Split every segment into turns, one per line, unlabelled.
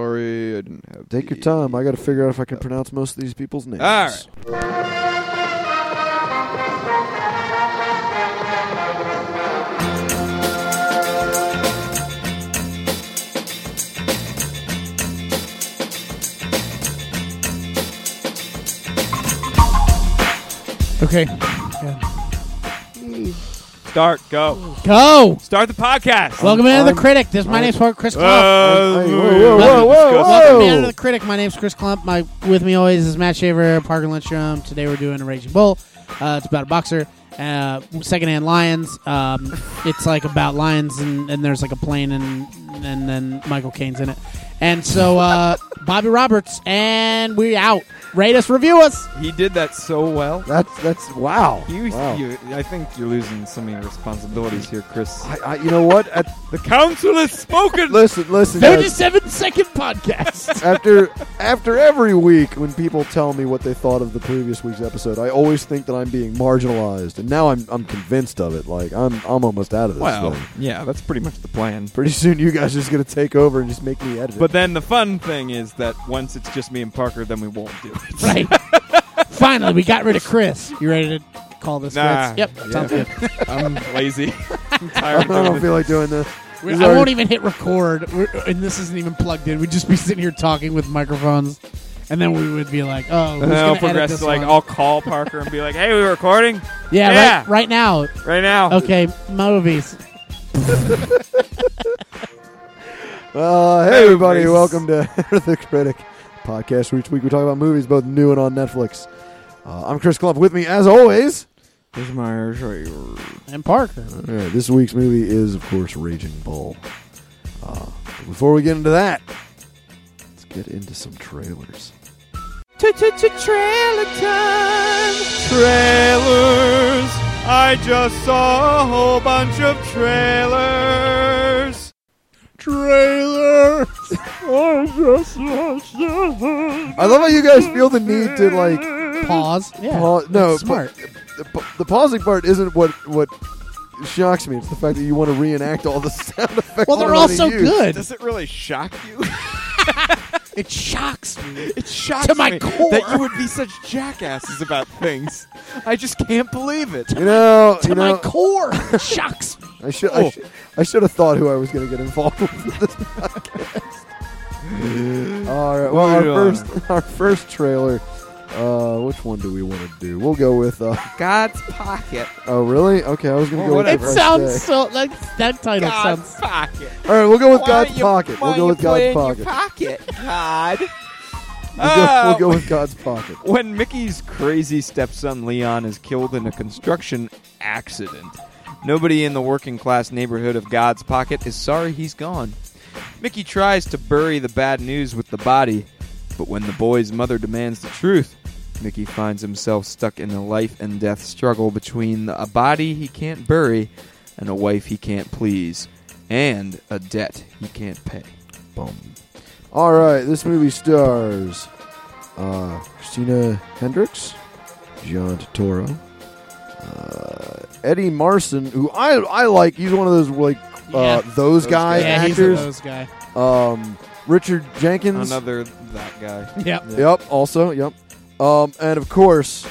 Sorry, I didn't have.
Take your
the-
time. I got to figure out if I can pronounce most of these people's names.
All right.
Okay.
Start. Go.
Go.
Start the podcast.
Welcome to Another
I'm-
Critic. This my name's Chris Klump.
Uh,
Hey, whoa, whoa,
whoa,
whoa,
Welcome to
whoa.
Another Critic. My name's Chris Klump. My with me always is Matt Shaver, Parker Lindstrom. Today we're doing a Raging Bull. Uh, it's about a boxer, uh, secondhand lions. Um, it's like about lions, and, and there's like a plane, and and then Michael Caine's in it. And so uh, Bobby Roberts, and we out. Rate us, review us.
He did that so well.
That's that's wow.
You,
Wow.
you, I think you're losing some of your responsibilities here, Chris.
I, I, you know what? At,
The council has spoken.
listen, listen. guys.
Thirty-seven second podcast.
after after every week when people tell me what they thought of the previous week's episode, I always think that I'm being marginalized, and now I'm I'm convinced of it. Like I'm I'm almost out of this
Well,
thing.
yeah, that's pretty much the plan.
Pretty soon, you guys are just gonna take over and just make me edit. it.
But then the fun thing is that once it's just me and Parker, then we won't do it.
right. Finally, we got rid of Chris. You ready to call this
Nah.
quits? Yep. Sounds good.
I'm lazy. I'm
I
tired.
don't
Of
feel like doing this.
We-
This
I
is our-
won't even hit record, We're, and this isn't even plugged in. We'd just be sitting here talking with microphones, and then we would be like, "Oh, who's
and
gonna
then I'll
edit
progress
this
to like
one?
I'll call Parker and be like, "Hey, we're recording
yeah,
yeah.
Right, right now."
right now."
Okay, movies.
Uh,
Hey,
hey everybody,
Grace.
welcome to the Critic podcast. where Each week we talk about movies both new and on Netflix. Uh, I'm Chris Klump. With me, as always,
Here's my trailer.
And Parker.
All right, this week's movie is, of course, Raging Bull. Uh, but before we get into that, let's get into some trailers.
Trailer time. Trailers. I just saw a whole bunch of trailers. Trailers. I just watched a whole
I love how you guys feel the need to like.
Pause. Yeah.
pau- no,
that's smart.
pa- the, pa- the pausing part isn't what what shocks me. It's the fact that you want to reenact all the sound effects.
well, they're all
already
so
used.
good.
Does it really shock you?
It shocks me.
It shocks
To my
me
core.
that you would be such jackasses about things. I just can't believe it.
You know,
To
you know,
my core, it shocks me.
I should
Oh.
I, should I should have thought who I was going to get involved with in this podcast. All right. Well, our
Moving on.
first our first trailer. Uh, which one do we want to do? We'll go with. Uh,
God's pocket.
oh, really? Okay, I was going to
Well,
go.
whatever.
It
with the
sounds
first day.
so like that title
God's
sounds.
pocket.
All right, we'll go with
Why
God's
don't you-
pocket. We'll
why
go
don't
with
you put
God's
it in your
pocket.
pocket, God.
We'll go,
Oh.
we'll go with God's pocket.
When Mickey's crazy stepson Leon is killed in a construction accident, nobody in the working class neighborhood of God's Pocket is sorry he's gone. Mickey tries to bury the bad news with the body, but when the boy's mother demands the truth, Mickey finds himself stuck in a life and death struggle between a body he can't bury and a wife he can't please and a debt he can't pay.
Boom. All right, this movie stars uh, Christina Hendricks, John Totoro, uh, Eddie Marson, who I I like. He's one of those like uh,
Yeah.
those
Those
guy
guys.
yeah, he's a
actors.
those guy.
Um, Richard Jenkins.
Another that guy.
Yep.
Yep. Also, yep. Um, and of course,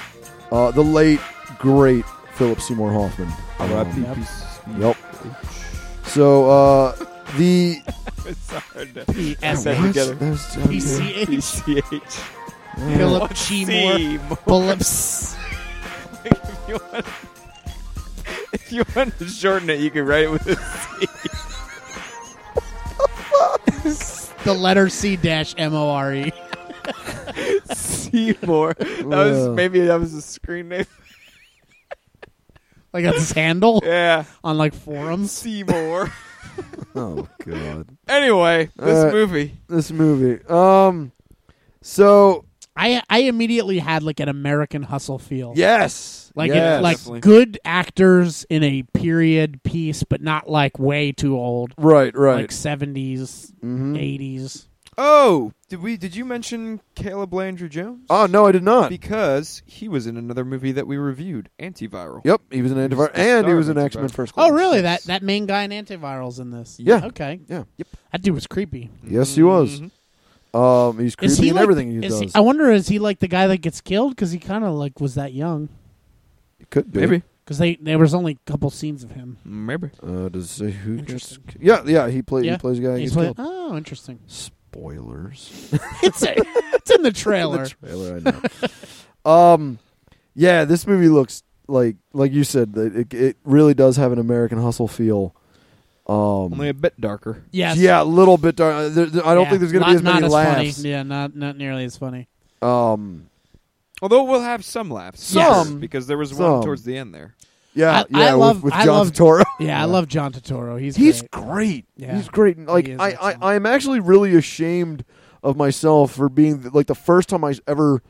uh, the late great Philip Seymour Hoffman. Um,
R.I.P.
Yep.
Peace.
Yep. So uh, the
It's hard to
P.S.
That together.
That's-
PCH.
PCH.
Philip
Let's
Seymour
see.
Phillips.
if, you want, if you want to shorten it, you can write it with a C.
the letter C dash M O R E.
Seymour. That was
Yeah.
maybe that was a screen name.
Like that's his handle
Yeah,
on like forums.
Seymour.
Oh God.
Anyway, this
Uh,
movie.
this movie. Um, so
I I immediately had like an American hustle feel.
yes,
Like
yes.
it, like
Definitely.
good actors in a period piece, but not like way too old.
right, right.
Like 70s
Mhm.
80s.
Oh, did we? Did you mention Caleb Landry Jones?
Oh no, I did not.
Because he was in another movie that we reviewed, Antiviral.
yep, he was an
He was
antivirus,
the
and he
star
was
of
an X Men
Antivirus.
First Class.
Oh, really? That that main guy in antivirals in this.
Yeah.
Okay.
Yeah.
That dude was creepy.
Yes, he was.
Mhm.
Um, he's creepy
Mm-hmm. Is he
in
like,
everything he
is
does.
he- oh, I wonder is he like the guy that gets killed because he kind of like was that young
It could be.
Maybe.
because they there was only a couple scenes of him.
Maybe.
Uh, does it say who? Gets,
Interesting.
yeah, yeah. He plays.
Yeah.
He plays a guy. Who
He's
gets
like,
killed.
oh, interesting.
Spoilers.
It's a, it's in the trailer.
the trailer. I know. um, yeah, this movie looks like like you said. that It, it really does have an American Hustle feel. Um,
Only a bit darker.
yes.
yeah, a little bit. Dark. uh, there- there- I don't
Yeah.
think there's going to
Not-
be as many
not
laughs.
Funny. Yeah, not not nearly as funny.
Um,
Although we'll have some laughs.
Yes.
Some, Because there was
Some.
one towards the end there.
yeah,
I-
yeah.
I
with,
love-
with
I
John
love-
Turturro.
Yeah, I love John Totoro. He's
He's
great.
great.
Yeah.
He's great. And, Like
is
I,
excellent.
I, I am actually really ashamed of myself for being like the first time I ever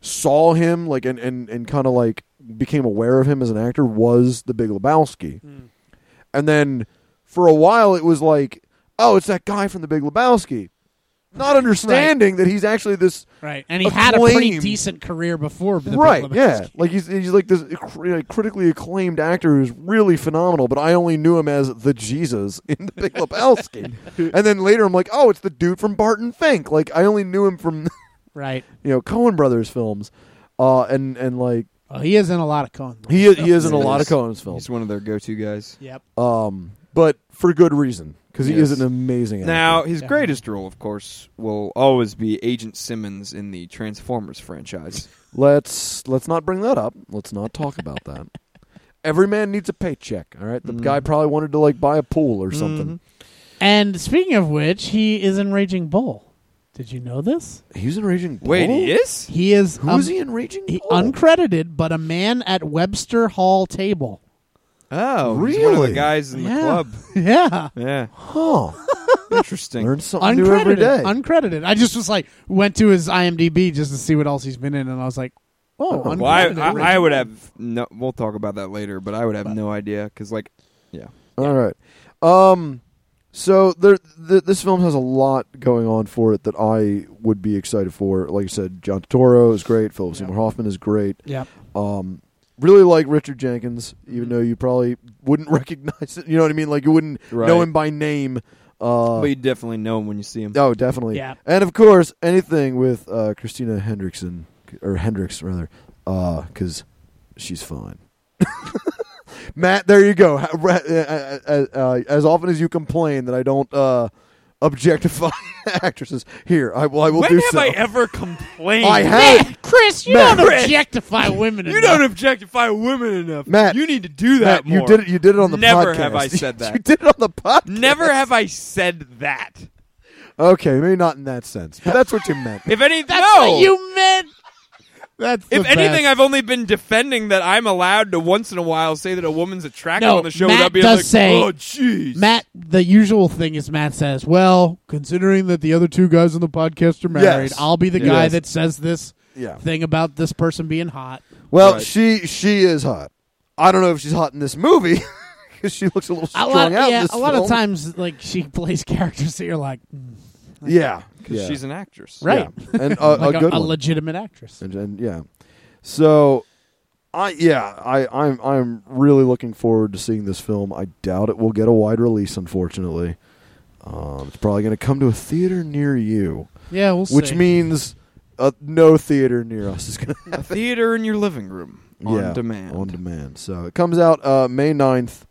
saw him, like and and and kind of like became aware of him as an actor was The Big Lebowski,
Mm.
and then for a while it was like, oh, it's that guy from The Big Lebowski, not understanding that he's actually this
right, and he had a pretty
acclaimed.
decent career before. The Big
right,
Lebowski.
yeah. Like he's he's like this cr- like, critically acclaimed actor who's really phenomenal, but I only knew him as the Jesus in The Big Lebowski. and then later I'm like, oh, it's the dude from Barton Fink. Like I only knew him from
Right.
you know Cohen Brothers films, uh, and and like
Well, he is in a lot of Cohen.
he is, he is in a
Yes.
lot of Cohen's films,
He's one of their go to guys.
Yep.
um, but for good reason because he
Yes.
is an amazing actor.
Now, his
Yeah.
greatest role, of course, will always be Agent Simmons in the Transformers franchise.
Let's let's not bring that up. Let's not talk about that. Every man needs a paycheck. All right, the
Mm. Mm-hmm.
guy probably wanted to like buy a pool or something.
And speaking of which, he is in Raging Bull. Did you know this?
He was in Raging Bull.
Wait, he is?
He is.
Who
um,
is he Oh, in Raging
he-
Bull?
uncredited, but a man at Webster Hall table.
Oh, he's one of the
Really?
guys in
Yeah.
the club.
Yeah.
Yeah.
huh?
Interesting.
Learn something new every
Uncredited.
day.
Uncredited. I just was like, went to his IMDb just to see what else he's been in, and I was like, oh,
Oh.
uncredited.
Well, I,
Raging
I, I would
Bull.
have no. We'll talk about that later, but I would have no idea because, like,
All right. Um. So there, th- this film has a lot going on for it that I would be excited for. Like I said, John Toro is great. Philip
Yeah.
Seymour Hoffman is great.
Yeah.
Um, really like Richard Jenkins,
Mm-hmm.
even though you probably wouldn't recognize it. You know what I mean? Like you wouldn't
Right.
know him by name. Uh,
but you definitely know him when you see him.
oh, definitely.
Yeah.
And of course, anything with uh, Christina Hendrickson or Hendricks rather, because she's fine. Matt, there you go. Ha- re- uh, uh, uh, As often as you complain that I don't uh, objectify actresses, here I will. I will
when
do
have
so.
I ever complained?
I have.
Matt, Chris, you
Matt,
don't
Chris,
objectify women.
You
enough.
don't objectify women enough,
Matt,
You need to
Matt,
do that more.
you did it. You did it on the
Never
podcast.
have I said
you
that.
did it on the podcast.
Never have I said that.
Okay, maybe not in that sense, but that's what you meant.
If anything,
That's what you meant. That's
If
the
anything,
best.
I've only been defending that I'm allowed to once in a while say that a woman's attractive
No,
on the show
Matt
without being
does
like,
say-
"Oh, jeez."
Matt, the usual thing is Matt says, "Well, considering that the other two guys on the podcast are married,
Yes.
I'll be the
Yes.
guy that says this
Yeah.
thing about this person being hot."
Well,
Right.
she she is hot. I don't know if she's hot in this movie because she looks a little
A
strung
lot,
out. in
yeah,
this
a lot of
film.
times, like she plays characters that you're like, mm,
Yeah,
'Cause
yeah.
she's an actress.
Right.
Yeah. and a,
like
a good
a,
one.
legitimate actress.
and, and yeah, so I yeah I I'm I'm really looking forward to seeing this film. I doubt it will get a wide release, unfortunately. Um, it's probably going to come to a theater near you,
Yeah, we'll
which
see.
means uh, no theater near us is going to
A theater in your living room on
Yeah,
demand.
on demand. So it comes out uh, May 9th,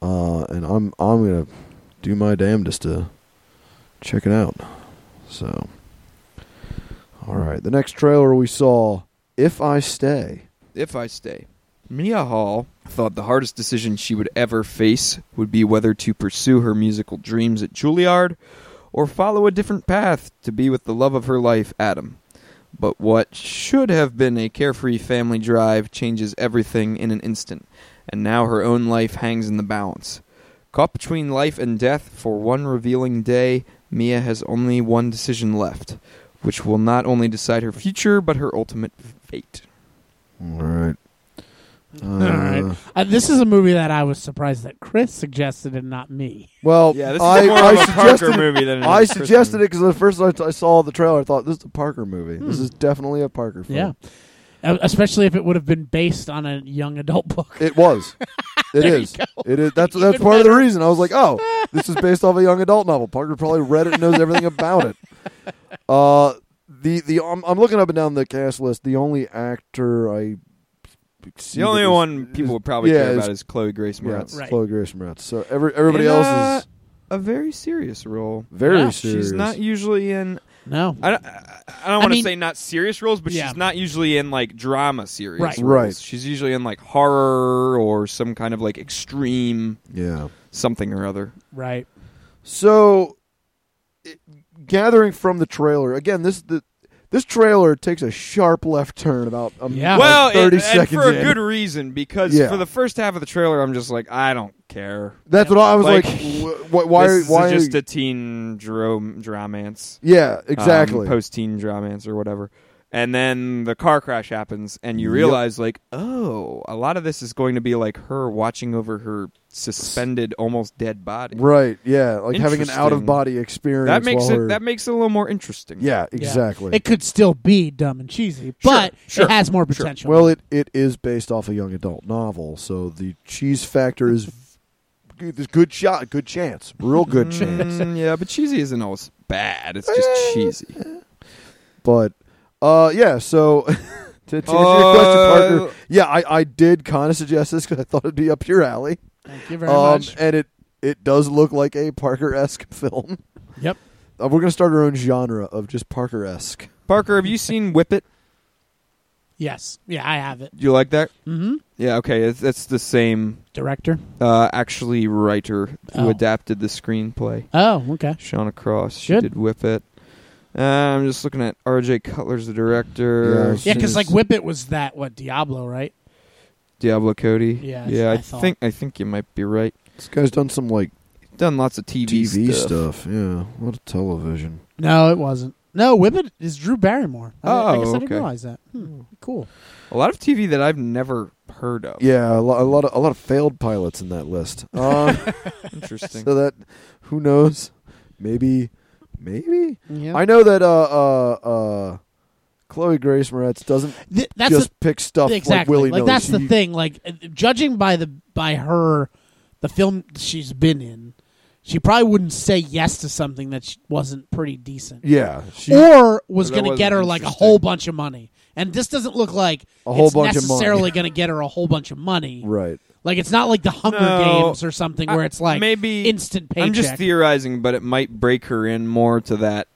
uh, and I'm I'm gonna do my damnedest to check it out. So, all right, the next trailer we saw, "If I Stay."
if I stay. Mia Hall thought the hardest decision she would ever face would be whether to pursue her musical dreams at Juilliard or follow a different path to be with the love of her life, Adam. But what should have been a carefree family drive changes everything in an instant, and now her own life hangs in the balance. Caught between life and death for one revealing day, Mia has only one decision left, which will not only decide her future but her ultimate fate.
All right. Uh,
All right. Uh, this is a movie that I was surprised that Chris suggested and not me.
Well,
Yeah, this is
Oh, I,
more
I
of a Parker
suggested
movie than it is
I
a Christmas
suggested it
movie.
because the first time I t- I saw the trailer, I thought this is a Parker movie. This
Hmm.
is definitely a Parker film.
E, Yeah. Uh, Especially if it would have been based on a young adult book.
It was. It
There you
is.
go.
It is. That's
Even
that's part of the
better.
reason. I was like, oh, this is based off a young adult novel. Parker probably read it and knows everything about it. Uh, the the um, I'm, I'm looking up and down the cast list. The only actor I see
The only
that is-
one people would probably
yeah,
care
is-
about is Chloe Grace
yeah,
Moretz.
it's
Right.
Chloe Grace Moretz. So every everybody
And,
else
uh,
is
a very serious role.
very
Yeah. She's
serious.
She's not usually in.
No.
I don't, I- I don't want to
mean-
say not serious roles, but
Yeah.
she's not usually in like drama serious
Right.
roles.
Right.
She's usually in like horror or some kind of like extreme
yeah.
something or other.
Right.
So, it, gathering from the trailer again, this the this trailer takes a sharp left turn about um,
Yeah.
like
well,
thirty
and- and
seconds
for a
in.
good reason because
Yeah.
for the first half of the trailer, I'm just like, I don't care.
That's what I was like.
Like,
wh- wh- why?
this
why?
is just a teen drom- dramance.
yeah, exactly.
post teen dramance um, or whatever. And then the car crash happens, and you
Yep.
realize, like, oh, a lot of this is going to be like her watching over her suspended, almost dead body.
right. Yeah, like having an
Interesting.
out of body experience.
That makes
while
it
her-
that makes it a little more interesting.
yeah,
Yeah.
exactly.
It could still be dumb and cheesy, but
sure,
it has more potential.
well, it it is based off a young adult novel, so the cheese factor is good- there's good shot, good chance, real good chance.
Mm, yeah, but cheesy isn't always bad. It's
Eh.
just cheesy.
But uh, yeah, so to, to answer your question,
Uh,
Parker, yeah, I, I did kind of suggest this because I thought it'd be up your alley,
Thank you very
um,
much.
and it it does look like a Parker esque film.
Yep.
Uh, we're gonna start our own genre of just Parker esque.
Parker, have you seen Whip It?
Yes. Yeah, I have it.
Do you like that?
Mm-hmm.
Yeah. Okay, it's, that's the same.
Director.
Uh, actually, writer who
Oh.
adapted the screenplay.
Oh, okay.
Shauna Cross. She
Good.
did Whip It. Uh, I'm just looking at R.J. Cutler's the director.
Yes.
Yeah, because like
Since-
Whip It was that what Diablo, right?
Diablo Cody.
Yeah, that's
yeah.
what
I,
I thought.
think I think you might be right.
This guy's done some like
Done lots of TV,
TV stuff. Yeah, a lot of television.
No, it wasn't. No, Whip It is Drew Barrymore. I, I
Oh,
guess I didn't
okay.
realize that. Hmm, cool.
A lot of TV that I've never heard of.
Yeah, a lot, a lot of a lot of failed pilots in that list. Um,
Interesting.
so that who knows? Maybe, maybe.
Yeah.
I know that uh uh uh Chloe Grace Moretz doesn't
Th- that's
just
the-
pick stuff like
exactly
willy
like
nilly.
that's the thing. Like uh, judging by the by her, the film she's been in, she probably wouldn't say yes to something that she wasn't pretty decent.
Yeah, she,
or was
That
going to
wasn't
get her like a
interesting.
whole bunch of money. And this doesn't look like
A whole
it's
bunch of money.
necessarily going to get her a whole bunch of money.
right.
Like it's not like the Hunger
No.
Games or something where
I-
it's like
maybe
instant paycheck.
I'm just theorizing, but it might break her in more to that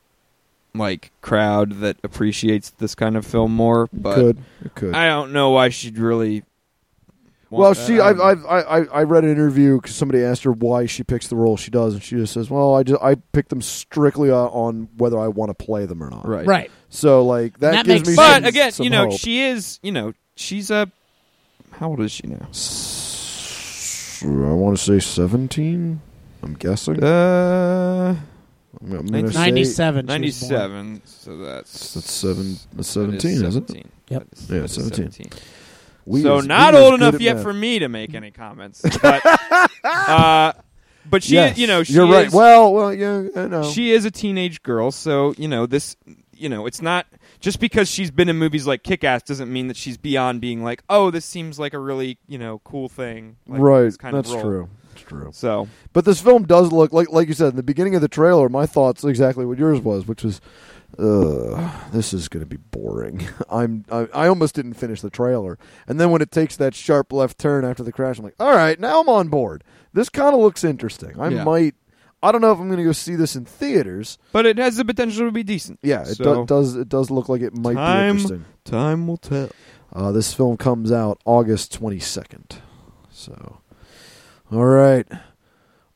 like crowd that appreciates this kind of film more. But
could it could.
I don't know why she'd really. want
well,
that.
she,
I
I've,
don't know.
I've, I, I- I read an interview because somebody asked her why she picks the role she does, and she just says, "Well, I just I pick them strictly on, on whether I want to play them or not."
right.
right.
So like that,
That
gives
makes
me,
sense.
But
some-
again,
some
you know,
hope.
she is. You know, she's a. How old is she now?
I want to say seventeen. I'm guessing.
Uh,
I'm gonna say-
97. she was born.
97. So that's
That's seven. That's
that is
seventeen, is it?
17.
Yep.
That is-
Yeah,
that is
17. We
So
is-
not
we is
old
good
enough
at
yet
math.
for me to make any comments. But, uh, but she,
Yes,
you know, she
you're right.
is-
Well, well, yeah, I know.
she is a teenage girl, so you know this. You know, it's not just because she's been in movies like Kick Ass doesn't mean that she's beyond being like, oh, this seems like a really you know cool thing. Like,
right.
this kind of
That's
role.
true. That's true.
So
But this film does look like, like you said in the beginning of the trailer. My thoughts exactly what yours was, which was, Ugh, this is going to be boring. I'm, I, I almost didn't finish the trailer, and then when it takes that sharp left turn after the crash, I'm like, all right, now I'm on board. This kind of looks interesting. I
Yeah.
might. I don't know if I'm going to go see this in theaters.
But it has the potential to be decent.
Yeah, it
So-
do, does. It does look like it might be
Time.
interesting.
Time will tell.
Uh, this film comes out August 22nd. So, all right.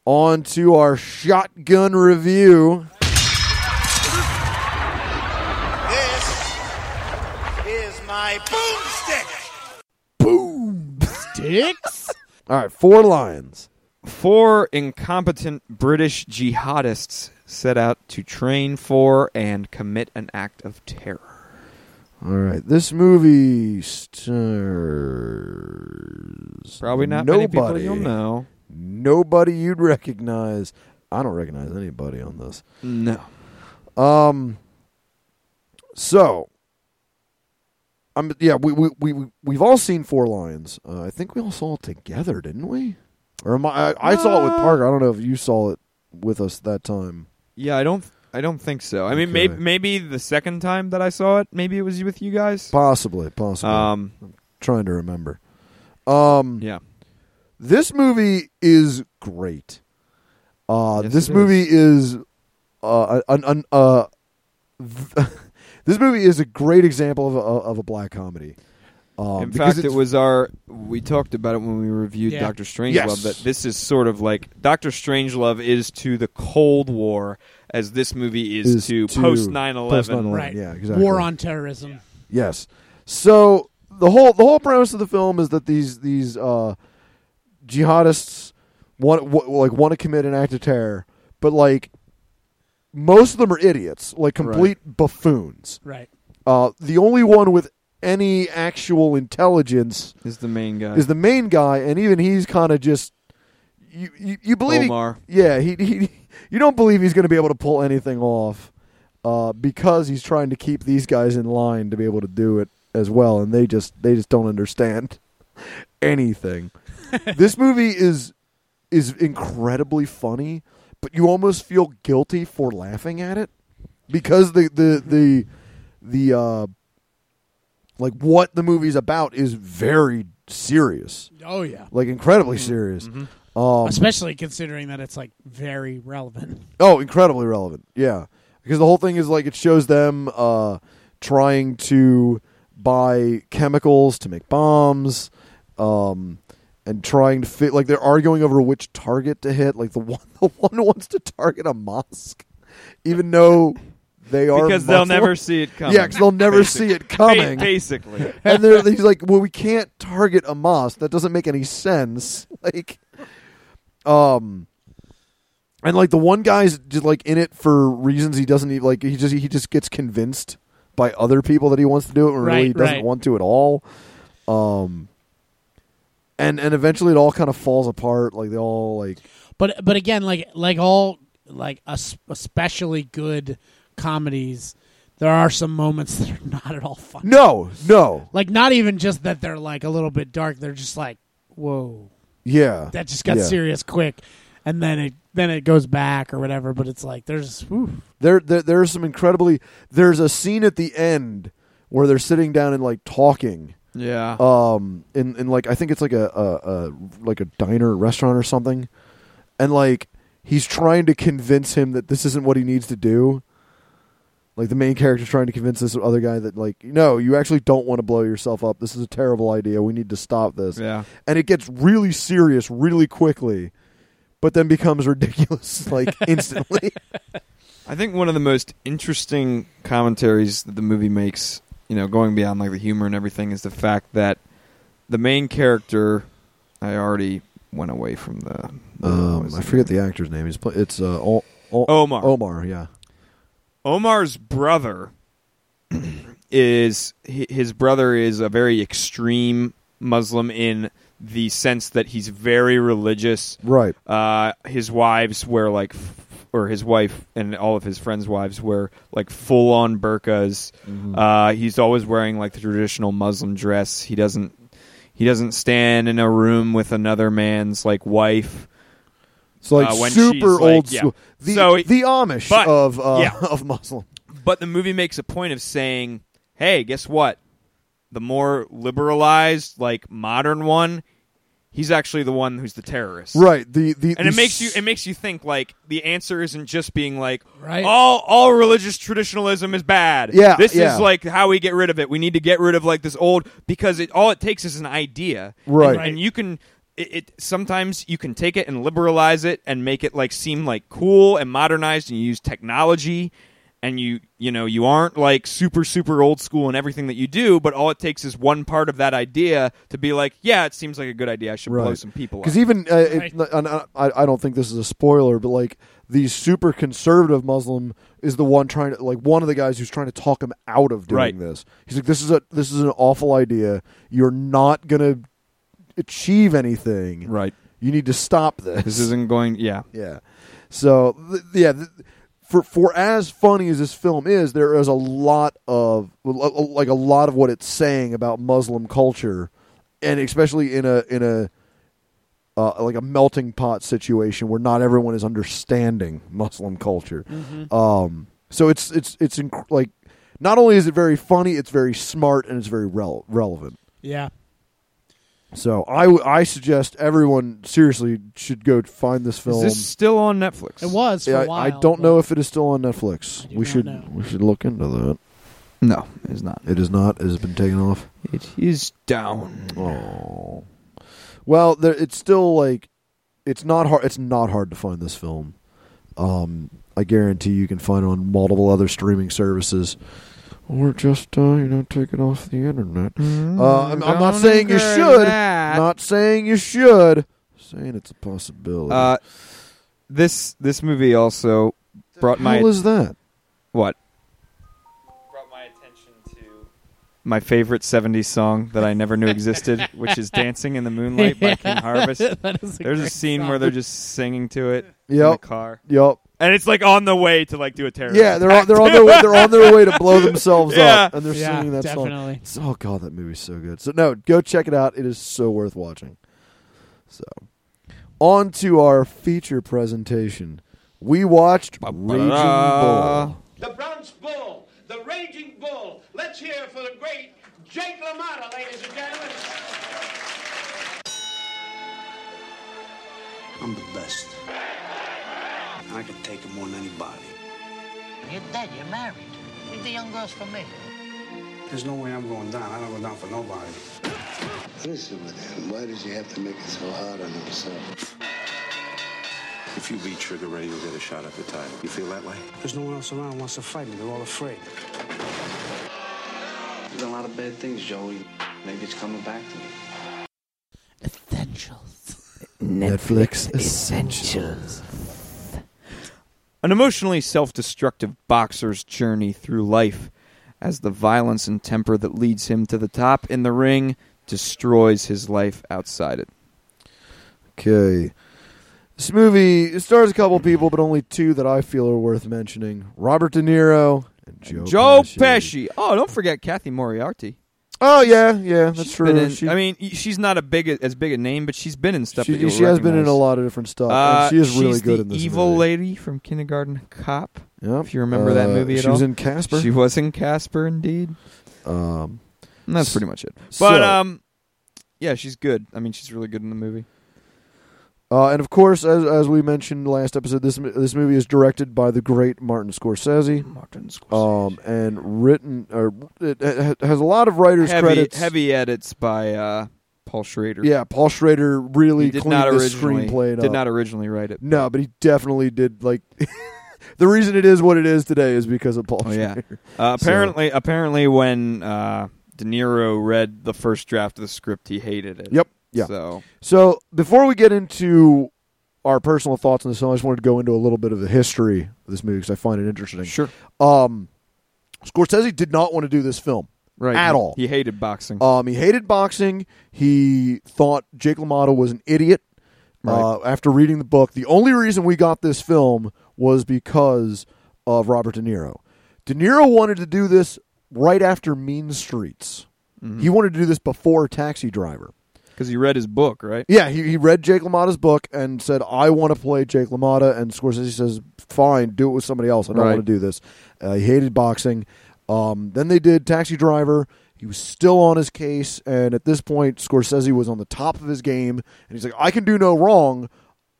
On to our shotgun review.
This is my boomstick.
Sticks?
All right, Four Lions.
Four incompetent British jihadists set out to train for and commit an act of terror.
All right, this movie stars
Probably not many people
Nobody.
you'll know.
nobody you'd recognize. I don't recognize anybody on this.
No.
Um. So, I'm yeah. We we we we- we've all seen Four Lions. Uh, I think we all saw it together, didn't we? Or am I? I, I saw it
Uh,
with Parker. I don't know if you saw it with us that time.
Yeah, I don't. I don't think so. I mean, maybe
Okay.
maybe the second time that I saw it, maybe it was with you guys.
Possibly, possibly.
Um,
trying to remember. Um,
yeah,
this movie is great. Uh,
Yes,
this
it
movie is, uh, an, an, uh, th- this movie is a great example of a, of a black comedy. Um,
in
because
fact, it
it's-
was our. We talked about it when we reviewed
Yeah.
Doctor Strangelove.
Yes.
That this is sort of like Doctor Strangelove is to the Cold War as this movie is,
Is
to,
to
post 9/11.
post-9/11. Right, yeah, exactly.
War on terrorism.
Yes. So the whole the whole premise of the film is that these these uh, jihadists want w- like want to commit an act of terror, but like most of them are idiots, like complete buffoons.
Right.
Uh, the only one with any actual intelligence
Is the main guy
is the main guy, and even he's kind of just you you, you believe he-
Omar?
yeah, he, he you don't believe he's going to be able to pull anything off uh, because he's trying to keep these guys in line to be able to do it as well, and they just they just don't understand anything. this movie is is incredibly funny, but you almost feel guilty for laughing at it because the the the the uh, like what the movie's about is very serious,
Oh yeah.
like incredibly serious. Um,
Especially considering that it's like very relevant.
Oh, incredibly relevant. Yeah. Because the whole thing is like it shows them uh, trying to buy chemicals to make bombs um, and trying to fit like they're arguing over which target to hit. Like the one the one wants to target a mosque even though they are
Because they'll
Muslim.
never see it coming.
Yeah, cuz they'll never see it coming.
Ba- Basically,
and they're, he's like, "Well, we can't target a mosque. That doesn't make any sense." Like, um, and like the one guy's just like in it for reasons he doesn't even like. He just he just gets convinced by other people that he wants to do it, and really
Right,
he doesn't
right.
want to at all. Um, and and eventually it all kind of falls apart. Like they all like
But but again, like like all like es- especially good comedies, there are some moments that are not at all funny.
no, no,
Like not even just that they're like a little bit dark. They're just like whoa,
yeah,
that just got
Yeah.
serious quick, and then it then it goes back or whatever. But it's like there's whew,
There, there there are some incredibly. There's a scene at the end where they're sitting down and like talking.
yeah.
um in, in like I think it's like a, a, a like a diner restaurant or something, and like he's trying to convince him that this isn't what he needs to do. Like the main character's trying to convince this other guy that like no, you actually don't want to blow yourself up. This is a terrible idea. We need to stop this.
yeah.
And it gets really serious really quickly, but then becomes ridiculous like instantly.
I think one of the most interesting commentaries that the movie makes, you know, going beyond like the humor and everything, is the fact that the main character. I already went away from the. the- what
um,
was
I
it?
forget the actor's name. He's pla- it's uh, o- O-
Omar.
Omar, yeah.
Omar's brother is hi- his brother is a very extreme Muslim in the sense that he's very religious.
Right.
Uh, his wives wear like, f- or his wife and all of his friends' wives wear like full on burqas. Uh, he's always wearing like the traditional Muslim dress. He doesn't. He doesn't stand in a room with another man's like wife.
So like
uh, when she's,
super
like,
old
yeah.
school. The,
So it-
the Amish
but-
of uh,
yeah.
of Muslim.
But the movie makes a point of saying, "Hey, guess what? The more liberalized, like modern one, he's actually the one who's the terrorist."
Right. The the
and
the
it makes you
s-
it makes you think like the answer isn't just being like
Right.
all all religious traditionalism is bad.
Yeah,
this
yeah.
is like how we get rid of it. We need to get rid of like this old because it all it takes is an idea, And-
Right.
And, you can. It, it sometimes you can take it and liberalize it and make it like seem like cool and modernized, and you use technology, and you you know you aren't like super super old school in everything that you do, but all it takes is one part of that idea to be like, yeah, it seems like a good idea. I should blow
Right.
some people up.
because even uh, it, and I, I don't think this is a spoiler, but like the super conservative Muslim is the one trying to like one of the guys who's trying to talk him out of doing
Right.
this. He's like, this is a this is an awful idea. You're not gonna achieve anything.
right.
You need to stop this.
This isn't going. Yeah,
Yeah. So th- yeah, th- for for as funny as this film is, there is a lot of like a lot of what it's saying about Muslim culture, and especially in a in a uh, like a melting pot situation where not everyone is understanding Muslim culture.
Mm-hmm.
Um, so it's it's it's inc- like not only is it very funny, it's very smart and it's very rel- relevant.
Yeah.
So I w- I suggest everyone seriously should go find this film.
Is this still on Netflix?
It was for
Yeah, I-
a while.
I don't know if it is still on Netflix.
I do
We
not
should
know.
we should look into that.
No, it's not.
It is not. It has been taken off.
It is down.
Oh, well, there, it's still like it's not hard. It's not hard to find this film. Um, I guarantee you can find it on multiple other streaming services, or just uh, you know take it off the internet.
Mm,
Uh, I'm- I'm not
Don't
saying you
encourage
should.
that.
Not saying you should. Saying it's a possibility.
Uh, this this movie also brought my
How is that?
what? Brought my attention to my favorite '70s song that I never knew existed, which is "Dancing in the Moonlight" by King Harvest.
That is a
There's a
great
scene
song.
where they're just singing to it in the
Yep.
car,
Yep.
and it's like on the way to like do a terrorist.
Yeah, they're on, they're on their way, they're on their way to blow themselves up,
Yeah.
and they're
yeah,
singing that song.
definitely.
It's- Oh god, that movie's so good. So no, go check it out. It is so worth watching. So, on to our feature presentation. We watched Raging
Ba-ba-da.
Bull.
The Bronx Bull, the Raging Bull. Let's hear for the great Jake LaMotta, ladies and gentlemen.
I'm the best. I can take it more than anybody.
You're dead. You're married. Leave the young girls for me.
There's no way I'm going down. I don't go down for nobody.
Listen, madame, why did you have to make it so hard on himself?
If you beat Trigger Ray, you'll get a shot at the title. You feel that way?
There's no one else around who wants to fight me. They're all afraid.
There's a lot of bad things, Joey. Maybe it's coming back to me.
Essentials.
Netflix Essentials.
An emotionally self destructive boxer's journey through life as the violence and temper that leads him to the top in the ring destroys his life outside it.
Okay. This movie it stars a couple people, but only two that I feel are worth mentioning: Robert De Niro and Joe,
Joe Pesci. Oh, don't forget Kathy Moriarty.
Oh yeah, yeah, that's
She's
true.
been in-
She-
I mean, y- she's not a big as big a name, but she's been in stuff.
she,
that you'll
she has been in a
recognize.
lot of different stuff.
Uh,
and she is really
she's
good
the
in this.
evil
movie.
lady from Kindergarten Cop.
Yep.
if you remember that
Uh,
movie at
she was
all.
in Casper.
She was in Casper, indeed.
um,
And that's
S-
pretty much it.
so-
But um, yeah, she's good. I mean, she's really good in the movie.
uh, and of course, as as we mentioned last episode, this mo- this movie is directed by the great Martin Scorsese,
Martin Scorsese.
um, and written or it, it has a lot of writers
heavy,
credits.
heavy edits by uh, Paul Schrader.
Yeah, Paul Schrader really
he did
cleaned
not
this
originally
screenplay
did
up.
not originally write it.
No, but he definitely did. Like the reason it is what it is today is because of Paul.
Oh yeah.
Schrader.
Uh, apparently, apparently, when uh, De Niro read the first draft of the script, he hated it.
Yep. Yeah.
So
So before we get into our personal thoughts on this film, I just wanted to go into a little bit of the history of this movie because I find it interesting.
sure,
Um, Scorsese did not want to do this film
right
at
he-
all.
He hated boxing.
Um, he hated boxing. He thought Jake LaMotta was an idiot. Uh, after reading the book, the only reason we got this film was because of Robert De Niro. De Niro wanted to do this right after Mean Streets.
Mm-hmm.
He wanted to do this before Taxi Driver.
Because he read his book, right?
Yeah, he, he read Jake LaMotta's book and said, I want to play Jake LaMotta. And Scorsese says, fine, do it with somebody else. I don't
Right.
want to do this. Uh, he hated boxing. Um, then they did Taxi Driver. He was still on his case. And at this point, Scorsese was on the top of his game. And he's like, I can do no wrong.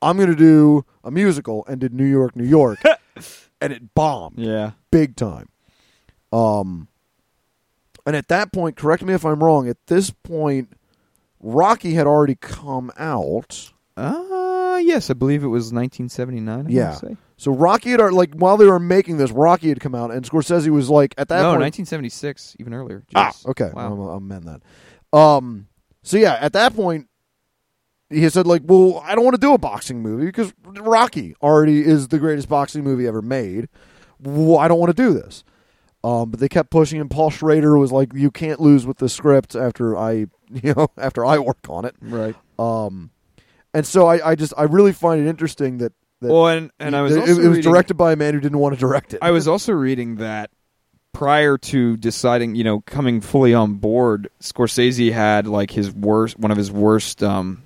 I'm going to do a musical. And did New York, New York. and it bombed
Yeah.
big time. Um, and at that point, correct me if I'm wrong. At this point, Rocky had already come out.
Uh yes, I believe it was 1979. I wanna
Yeah.
say.
So Rocky had al- like while they were making this, Rocky had come out, and Scorsese was like at that
no,
point.
1976, even earlier.
ah,
Jeez.
okay,
Wow.
I'll, I'll amend that. Um, so yeah, at that point, he said like, "Well, I don't want to do a boxing movie because Rocky already is the greatest boxing movie ever made. Well, I don't want to do this." Um, but they kept pushing, and Paul Schrader was like, "You can't lose with the script after I, you know, after I work on it."
Right.
Um, and so I, I just I really find it interesting that That
Well, and, and I was
it,
also
it was
reading-
directed by a man who didn't want to direct it.
I was also reading that prior to deciding, you know, coming fully on board, Scorsese had like his worst, one of his worst um,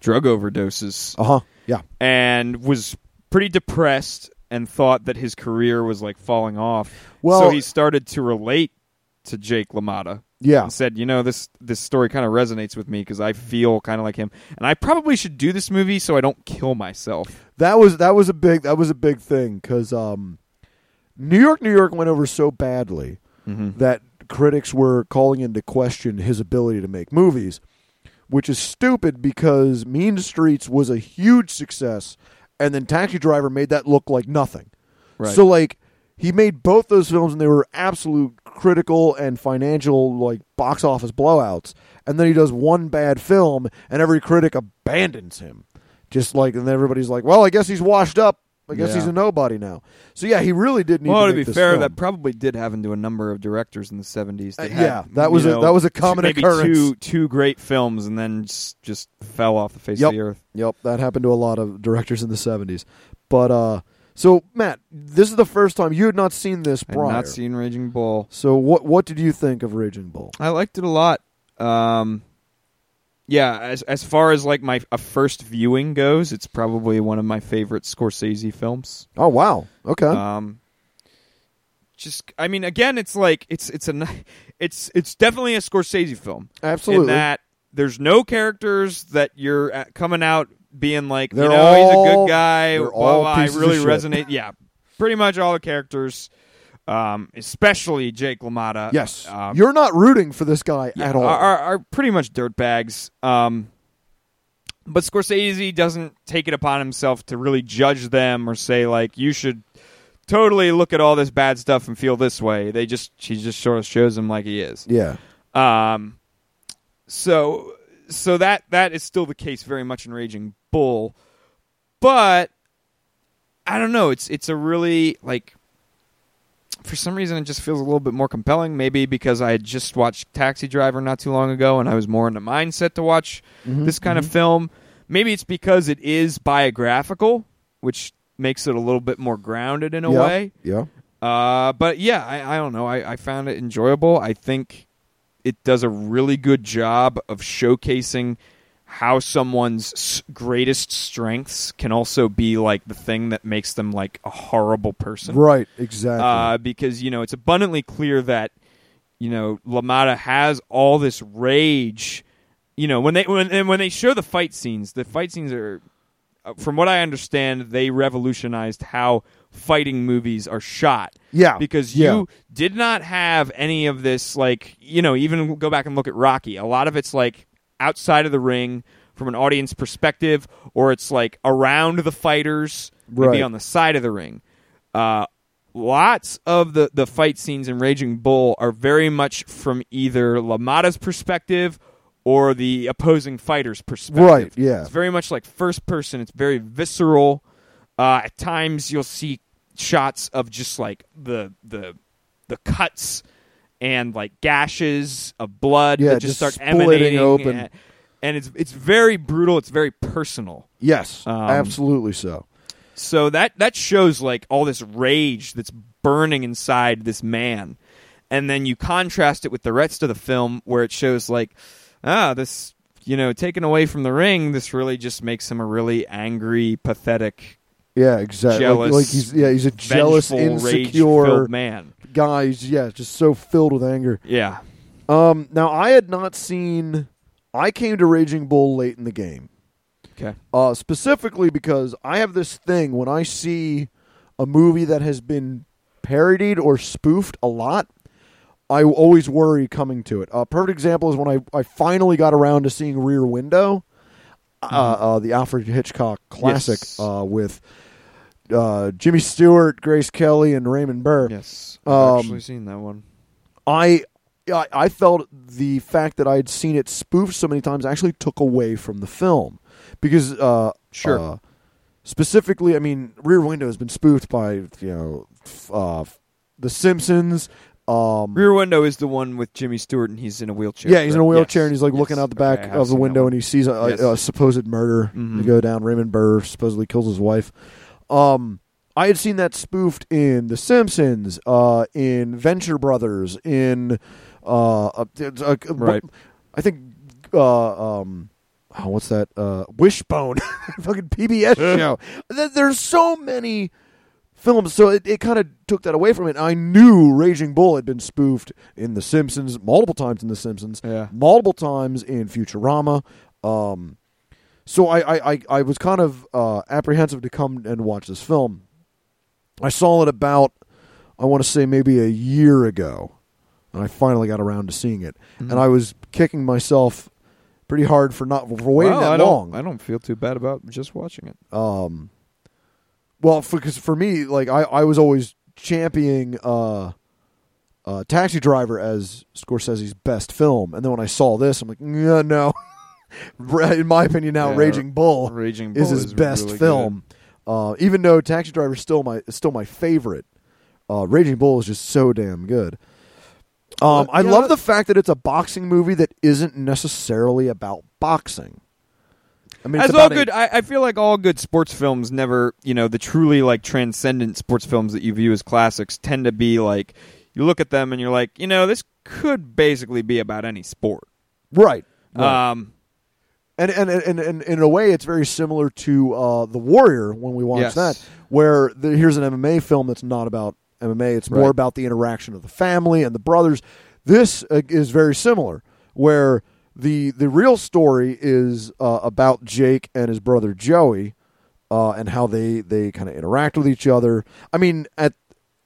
drug overdoses,
uh huh. Yeah.
and was pretty depressed and thought that his career was like falling off. so
Well-
he started to relate to Jake LaMotta.
Yeah.
And said, you know, this this story kind of resonates with me because I feel kind of like him, and I probably should do this movie so I don't kill myself.
That was that was a big that was a big thing because um, New York, New York went over so badly that critics were calling into question his ability to make movies, which is stupid because Mean Streets was a huge success, and then Taxi Driver made that look like nothing.
Right.
So like he made both those films and they were absolute critical and financial like box office blowouts. And then he does one bad film and every critic abandons him. Just like and then everybody's like, "Well, I guess he's washed up. I guess
Yeah.
he's a nobody now." So yeah, he really did need
well,
to
to
make
be
this
fair,
film.
that probably did happen to a number of directors in the seventies.
Uh, yeah, that was a- that was a common
maybe
occurrence.
Two two great films, and then just, just fell off the face
Yep.
of the earth.
Yep, that happened to a lot of directors in the 70s. But uh so Matt, this is the first time you had not seen this
I've
prior.
not seen Raging Bull.
so what what did you think of Raging Bull?
I liked it a lot. Um, yeah, as as far as like my a first viewing goes, it's probably one of my favorite Scorsese films.
Oh wow. Okay.
Um, just, I mean, again, it's like it's it's a ni- it's it's definitely a Scorsese film.
Absolutely.
in that there's no characters that you're uh, coming out being like,
They're
you know, he's a
all-
good guy.
they're
Blah,
all
blah, I
pieces of
really
shit.
resonate. Yeah, pretty much all the characters, um, especially Jake LaMotta.
Yes.
um,
You're not rooting for this guy
yeah,
at all.
Are, are, are pretty much dirtbags. Um, but Scorsese doesn't take it upon himself to really judge them or say like you should totally look at all this bad stuff and feel this way. They just he just sort of shows him like he is.
yeah.
Um, so so that that is still the case very much in Raging Bull, but I don't know. It's it's a really like for some reason it just feels a little bit more compelling. Maybe because I had just watched Taxi Driver not too long ago, and I was more in the mindset to watch this kind of film. Maybe it's because it is biographical, which makes it a little bit more grounded in a
yeah.
way.
Yeah.
Uh, but yeah, I, I don't know. I, I found it enjoyable. I think it does a really good job of showcasing how someone's s- greatest strengths can also be like the thing that makes them like a horrible person.
Right, exactly.
Uh, because you know it's abundantly clear that you know Lamada has all this rage. You know when they when and when they show the fight scenes, the fight scenes are, uh, from what I understand, they revolutionized how fighting movies are shot.
Yeah,
because
yeah.
you did not have any of this. Like you know, even go back and look at Rocky. A lot of it's like outside of the ring from an audience perspective, or it's like around the fighters, maybe
Right.
on the side of the ring. Uh, lots of the, the fight scenes in Raging Bull are very much from either Lamada's perspective or the opposing fighter's perspective.
Right, yeah.
It's very much like first person. It's very visceral. Uh, at times, you'll see shots of just like the the the cuts and like gashes of blood
Yeah,
that just,
just
start
splitting
emanating
open.
And, and it's it's very brutal. It's very personal.
yes,
um,
absolutely so.
So that that shows like all this rage that's burning inside this man, and then you contrast it with the rest of the film where it shows like, ah, this you know taken away from the ring, this really just makes him a really angry, pathetic,
Yeah, exactly.
jealous,
like, like he's yeah, he's a jealous,
vengeful,
insecure
rage-filled man.
guy. He's, yeah, just so filled with anger.
Yeah,
Um, now I had not seen. I came to Raging Bull late in the game.
okay,
uh, specifically because I have this thing when I see a movie that has been parodied or spoofed a lot, I always worry coming to it. A perfect example is when I, I finally got around to seeing Rear Window, uh, uh, the Alfred Hitchcock classic
Yes.
uh, with uh, Jimmy Stewart, Grace Kelly, and Raymond Burr.
yes, I've
Um,
actually seen that one.
I I I felt the fact that I had seen it spoofed so many times actually took away from the film because uh,
Sure.
uh, specifically, I mean, Rear Window has been spoofed by you know f- uh, f- the Simpsons, Um,
Rear Window is the one with Jimmy Stewart, and he's in a wheelchair.
yeah, he's in a
correct?
wheelchair
Yes.
and he's like
Yes.
looking out the
Okay, I
back
have
of the
seen that
window
one.
and he sees a, a-
Yes.
a supposed murder to
Mhm.
go down. Raymond Burr supposedly kills his wife. Um, I had seen that spoofed in The Simpsons, uh, in Venture Brothers, in uh, a, a- a-
Right.
I think uh, um, oh, what's that? Uh, Wishbone, fucking PBS show. There- There's so many films, so it, it kind of took that away from it. I knew Raging Bull had been spoofed in The Simpsons multiple times in The Simpsons,
Yeah.
multiple times in Futurama. Um, so I, I, I, I was kind of uh, apprehensive to come and watch this film. I saw it about, I want to say maybe a year ago, and I finally got around to seeing it.
Mm-hmm.
And I was kicking myself pretty hard for not for waiting
Well,
that
I don't,
long.
I don't feel too bad about just watching it.
Um, well, because for, me, like I, I was always championing uh, uh, Taxi Driver as Scorsese's best film, and then when I saw this, I'm like, yeah, no. In my opinion, now
Yeah,
Raging Bull
Raging Bull
is his best
really
film. Uh, even though Taxi Driver is still my is still my favorite, uh, Raging Bull is just so damn good. Um, I
yeah,
love
that-
the fact that it's a boxing movie that isn't necessarily about boxing. I mean, it's
As all
about a-
good, I I feel like all good sports films never, you know, the truly like transcendent sports films that you view as classics tend to be like you look at them and you're like, you know, this could basically be about any sport.
right? right.
Um,
and and, and and in a way, it's very similar to uh, the Warrior when we watch
Yes.
that, where the, here's an MMA film that's not about MMA. It's more
Right.
about the interaction of the family and the brothers. This uh, is very similar, where the the real story is uh, about Jake and his brother Joey, uh, and how they they kind of interact with each other. I mean, at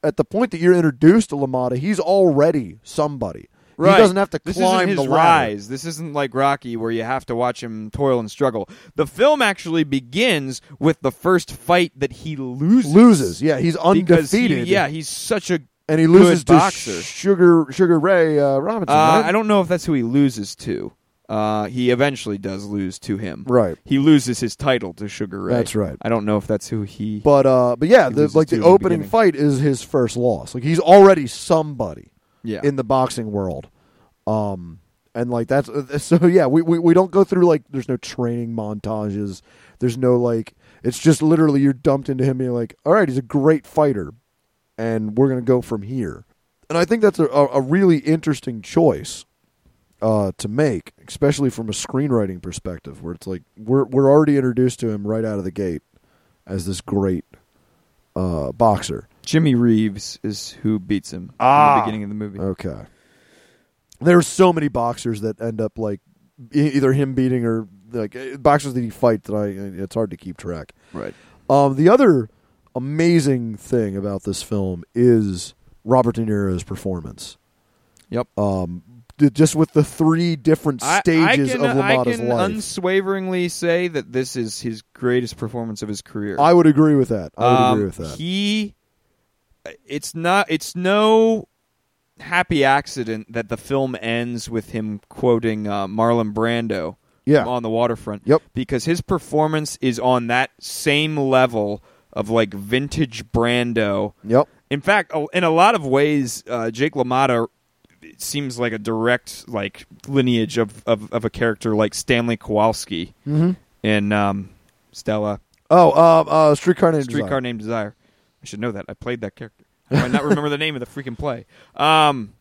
at the point that you're introduced to Lamada, he's already somebody.
Right.
He doesn't have to
This
climb
isn't his
the ladder.
rise. This isn't like Rocky where you have to watch him toil and struggle. The film actually begins with the first fight that he loses.
Loses, yeah, he's
Because he-
undefeated.
yeah, he's such a
and he loses
good
to
boxer.
Sugar Sugar Ray uh, Robinson.
Uh,
right?
I don't know if that's who he loses to. Uh, he eventually does lose to him.
Right.
He loses his title to Sugar Ray.
That's right.
I don't know if that's who he.
But uh, but yeah,
He
the,
loses
like the
to in the
opening
beginning.
fight is his first loss. Like he's already somebody
yeah.
in the boxing world. Um, and like that's uh, so yeah. We, we we don't go through like there's no training montages. There's no like it's just literally you're dumped into him being like, all right, he's a great fighter, and we're gonna go from here. And I think that's a, a, a really interesting choice uh, to make, especially from a screenwriting perspective, where it's like we're we're already introduced to him right out of the gate as this great uh, boxer.
Jimmy Reeves is who beats him in the beginning of the movie.
Okay. There's so many boxers that end up like e- either him beating or like eh, boxers that he fight that I eh, it's hard to keep track.
right.
Um, the other amazing thing about this film is Robert De Niro's performance.
Yep.
D- Just with the three different
I-
stages
I can,
of Lamada's
I can
life,
unswaveringly say that this is his greatest performance of his career.
I would agree with that. I would agree
Um,
with that.
He, it's not, it's no happy accident that the film ends with him quoting uh, Marlon Brando.
Yeah.
on the waterfront.
Yep.
because his performance is on that same level of like vintage Brando.
yep.
In fact, a- in a lot of ways, uh, Jake LaMotta seems like a direct like lineage of, of, of a character like Stanley Kowalski
Mm-hmm.
in um, Stella
Oh, uh, uh, Streetcar Named
Streetcar
Desire.
Named Desire. I should know that. I played that character. How do I not remember the name of the freaking play? Um,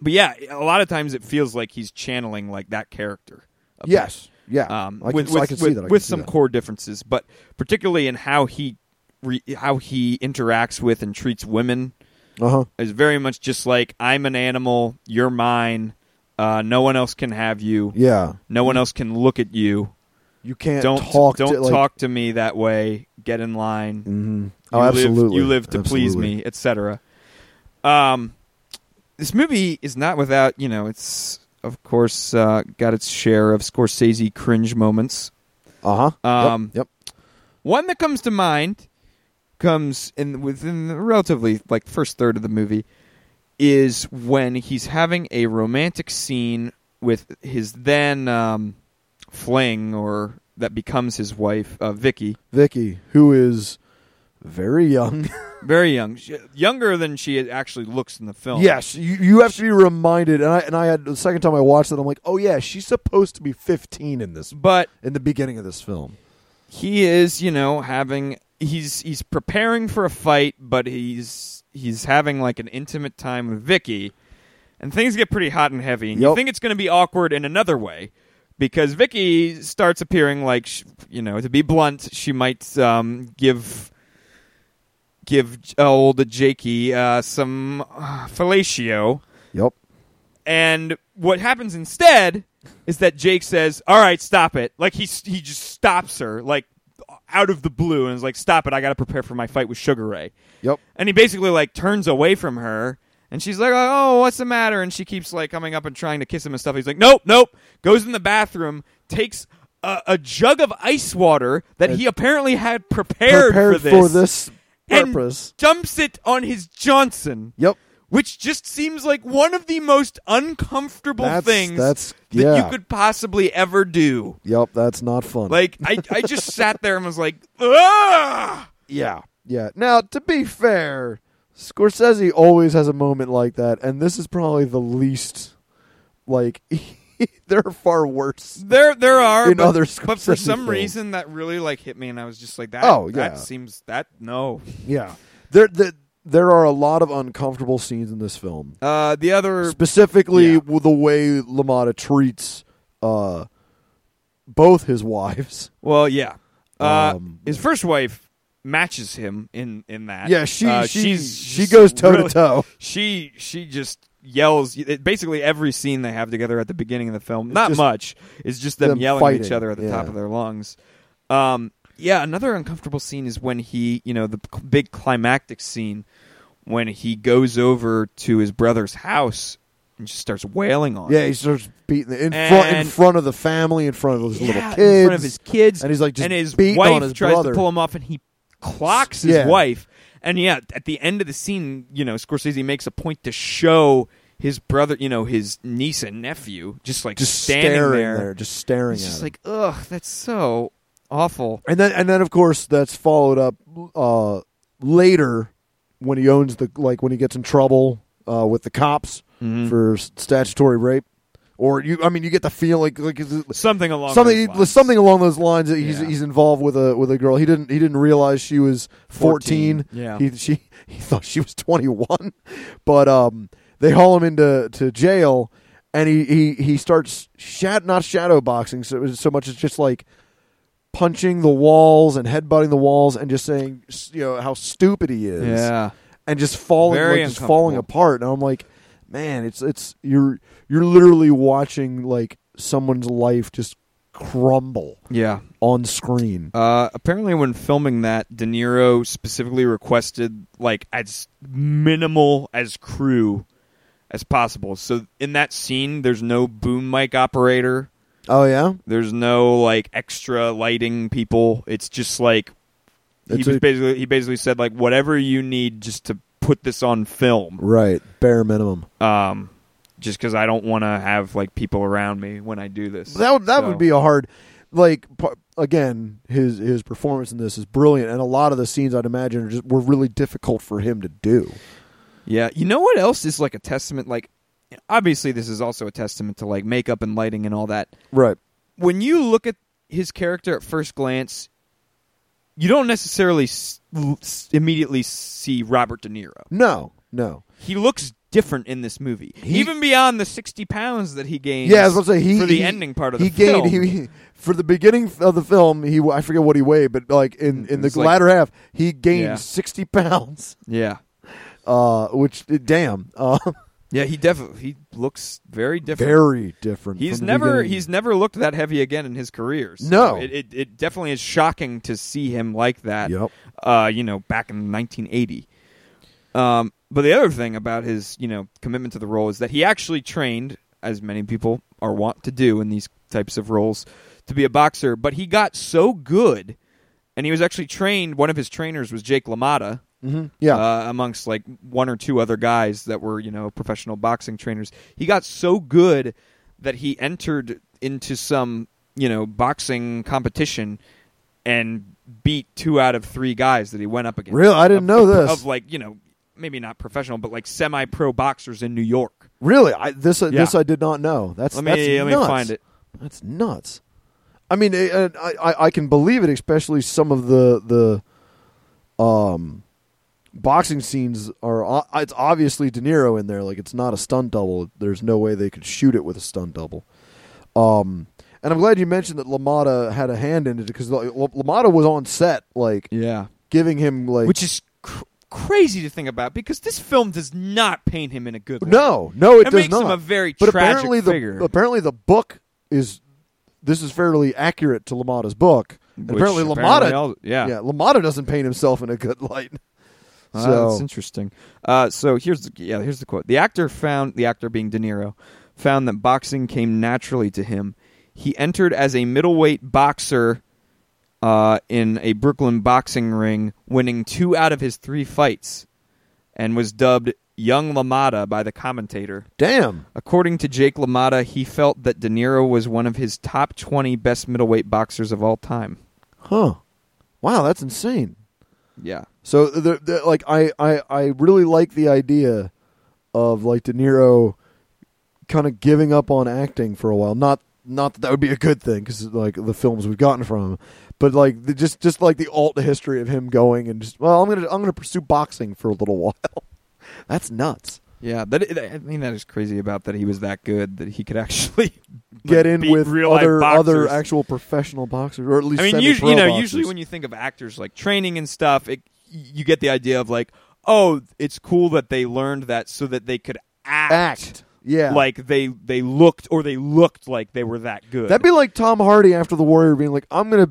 but yeah, a lot of times it feels like he's channeling like that character. a bit.
Yes. Yeah.
Um,
I can,
with,
I
with-
can see
with-
that. I can
with
see
some
that.
core differences, but particularly in how he re, how he interacts with and treats women
Uh-huh.
is very much just like I'm an animal, you're mine, uh, no one else can have you,
Yeah.
no one else can look at you.
You can't
Don't
talk.
don't
to, like,
talk to me that way. Get in line.
Mhm.
You
Oh,
live-
absolutely.
you live to please
Absolutely.
me, etc. Um, this movie is not without, you know, it's of course uh, got its share of Scorsese cringe moments.
Uh huh.
Um,
yep.
One that comes to mind comes in within the relatively like first third of the movie is when he's having a romantic scene with his then um, fling or that becomes his wife, uh, Vicky.
Vicky, who is very young.
Very young, she, younger than she actually looks in the film.
yes, you, you have to be reminded. And I and I had the second time I watched it, I'm like, oh yeah, she's supposed to be 15 in this
but
in the beginning of this film.
he is, you know, having he's he's preparing for a fight, but he's he's having like an intimate time with Vicky, and things get pretty hot and heavy. And you
Yep.
think it's going to be awkward in another way because Vicky starts appearing like sh- you know, to be blunt, she might um, give give J- old Jakey uh, some uh, fellatio.
Yep.
And what happens instead is that Jake says, "All right, stop it." Like he he just stops her like out of the blue and is like, "Stop it. I got to prepare for my fight with Sugar Ray."
Yep.
And he basically like turns away from her and she's like, "Oh, what's the matter?" And she keeps like coming up and trying to kiss him and stuff. He's like, "Nope, nope." Goes in the bathroom, takes a, a jug of ice water that he apparently had prepared,
Prepared
for this, and
purpose.
dumps it on his Johnson
Yep.
which just seems like one of the most uncomfortable
That's-
things
that's-
that
yeah.
you could possibly ever do.
Yep, that's not fun.
Like I, I just sat there and was like, ah.
yeah. Yeah. Now, to be fair, Scorsese always has a moment like that, and this is probably the least like there are far worse.
There, there are
In
but,
other
but for
Scorsese
some
films.
reason that really like hit me, and I was just like, that.
Oh, yeah.
that seems that no.
Yeah. There the, there are a lot of uncomfortable scenes in this film.
Uh, the other
Specifically
Yeah.
with the way LaMotta treats uh both his wives.
Well, yeah. Uh,
Um,
his first wife matches him in in that.
Yeah, she-
Uh,
she-
she's
she
just
goes toe to
really-
toe.
She she just yells. It, basically, every scene they have together at the beginning of the film, not
just
much. It's just them,
them
yelling at each
fighting,
other at the top
yeah.
of their lungs. Um, yeah, another uncomfortable scene is when he, you know, the c- big climactic scene when he goes over to his brother's house and just starts wailing on. him.
Yeah, he starts beating the, in front in
And-
front of the family, in front of his little
Yeah,
kids,
in front of his kids,
and he's like just
and his
beating
wife
on his
tries
brother.
to pull him off, and he clocks his
Yeah.
wife. And yeah, at the end of the scene, you know, Scorsese makes a point to show his brother, you know, his niece and nephew, just like
just
standing
staring
there,
just staring
It's
at
just
him.
like, ugh, that's so awful.
and then and then of course that's followed up uh, later when he owns the like when he gets in trouble uh, with the cops for s- statutory rape, or you I mean you get the feel like like is it-
Something along
something
those lines.
something along those lines that he's
Yeah.
he's involved with a with a girl he didn't he didn't realize she was 14,
14, yeah.
he she he thought she was 21 but um they haul him into to jail and he he he starts shat not shadow boxing so so much as just like punching the walls and headbutting the walls and just saying s- you know how stupid he is
Yeah,
and just falling
Very
like, just falling
uncomfortable.
apart and I'm like man it's it's you're you're literally watching like someone's life just crumble
yeah.
on screen
Uh, apparently, when filming that, De Niro specifically requested like as minimal as crew as possible. So in that scene, there's no boom mic operator.
oh yeah
There's no like extra lighting people. It's just like he
It's
was
a-
basically he basically said like whatever you need just to put this on film.
right bare minimum
Um, just because I don't want to have like people around me when I do this.
that would that
So-
would be a hard like p- again his his performance in this is brilliant and a lot of the scenes I'd imagine are just were really difficult for him to do
Yeah, you know what else is like a testament? Like, obviously, this is also a testament to like makeup and lighting and all that.
right
When you look at his character at first glance, you don't necessarily s- l- s- immediately see Robert De Niro.
no no
He looks different in this movie, even beyond the sixty pounds that he gained.
yeah I was about to say he
for the
he-
ending part of
he
the
gained
film.
he, he- for the beginning of the film he I forget what he weighed but like in in the
It's Mm, like-
latter half he gained
Yeah.
sixty pounds
yeah,
uh which damn uh
yeah, he definitely he looks very different.
very different
He's
from the
never
beginning.
he's never looked that heavy again in his career. So
No.
it, it it definitely is shocking to see him like that.
Yep.
Uh, you know, back in 1980. Um, but the other thing about his you know commitment to the role is that he actually trained, as many people are wont to do in these types of roles, to be a boxer. But he got so good, and he was actually trained. One of his trainers was Jake LaMotta
Mm-hmm. yeah
uh, amongst like one or two other guys that were you know professional boxing trainers. He got so good that he entered into some you know boxing competition and beat two out of three guys that he went up against.
Really? I didn't
Of-
know this.
Of like you know maybe not professional, but like semi-pro boxers in New York.
Really, I, this uh,
Yeah.
this I did not know. That's
Let
that's
me let me
nuts.
find it.
That's nuts. I mean, it, uh, I, I I can believe it, especially some of the the um boxing scenes are. o- It's obviously De Niro in there. Like it's not a stunt double. There's no way they could shoot it with a stunt double. Um, and I'm glad you mentioned that Lamada had a hand in it because Lamada was on set, like
Yeah,
giving him like
which is cr- crazy to think about because this film does not paint him in a good. light.
No, no, it,
It
does
makes
not.
him a very
but
tragic
apparently the,
figure.
Apparently, the book is this is fairly accurate to Lamada's book. And
Which
apparently,
apparently
Lamada,
all- yeah.
Lamada doesn't paint himself in a good light.
Ah,
So
that's interesting. Uh, so here's the, yeah, here's the quote. The actor found the actor being De Niro found that boxing came naturally to him. He entered as a middleweight boxer uh, in a Brooklyn boxing ring, winning two out of his three fights, and was dubbed Young Lamada by the commentator.
damn,
According to Jake Lamada, he felt that De Niro was one of his top 20 best middleweight boxers of all time.
huh? Wow, that's insane.
Yeah.
So, the, the, like, I, I, I really like the idea of like De Niro kind of giving up on acting for a while. Not, not that that would be a good thing because like the films we've gotten from him, but like the, just, just like the alt history of him going and just well, I'm gonna, I'm gonna pursue boxing for a little while. That's nuts.
Yeah, that that- I mean that is crazy about that he was that good that he could actually
Get in
beat
with
real-life
other, other
boxers.
actual professional boxers, or at least
I mean,
semi-pro
usually, you know,
boxers.
usually when you think of actors like training and stuff, it, you get the idea of like, oh, it's cool that they learned that so that they could act,
act, yeah,
like they they looked or they looked like they were that good.
That'd be like Tom Hardy after the Warrior being like, "I'm gonna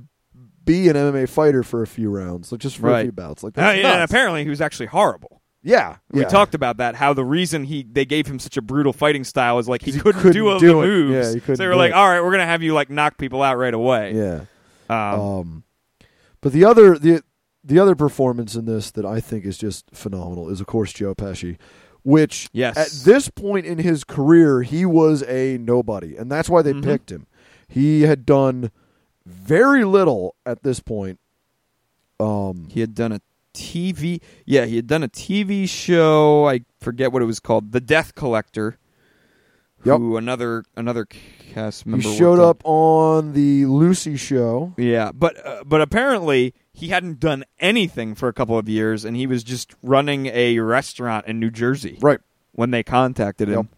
be an MMA fighter for a few rounds, like just for a
Right.
few bouts." Like,
Uh,
that's
and
nuts.
apparently he was actually horrible.
yeah,
We
yeah.
talked about that. How the reason he they gave him such a brutal fighting style is like he,
He
couldn't,
couldn't
do, all
do
the
it.
moves.
Yeah, he couldn't
so they were
do
like,
it.
all right, we're gonna have you like knock people out right away.
yeah.
Um,
Um, but the other the the other performance in this that I think is just phenomenal is, of course, Joe Pesci. Which
Yes.
at this point in his career, he was a nobody, and that's why
Mm-hmm.
they picked him. He had done very little at this point. Um,
he had done a TV yeah he had done a TV show I forget what it was called The Death Collector
Yep.
who another another cast
he
member
showed
worked on.
up on the Lucy show.
yeah but uh, but apparently he hadn't done anything for a couple of years and he was just running a restaurant in New Jersey
Right.
when they contacted him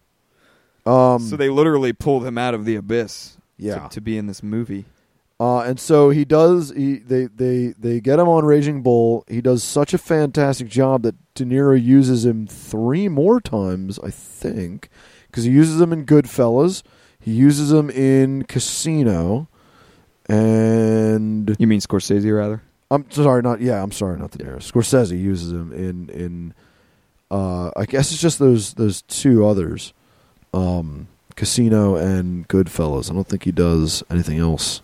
Um,
so they literally pulled him out of the abyss
Yeah.
to, to be in this movie
uh, and so he does. He they they they get him on Raging Bull. He does such a fantastic job that De Niro uses him three more times, I think, because he uses him in Goodfellas. He uses him in Casino, and
you mean Scorsese rather
I'm sorry, not yeah, I'm sorry, not De Niro. Scorsese uses him in in. Uh, I guess it's just those those two others, um, Casino and Goodfellas. I don't think he does anything else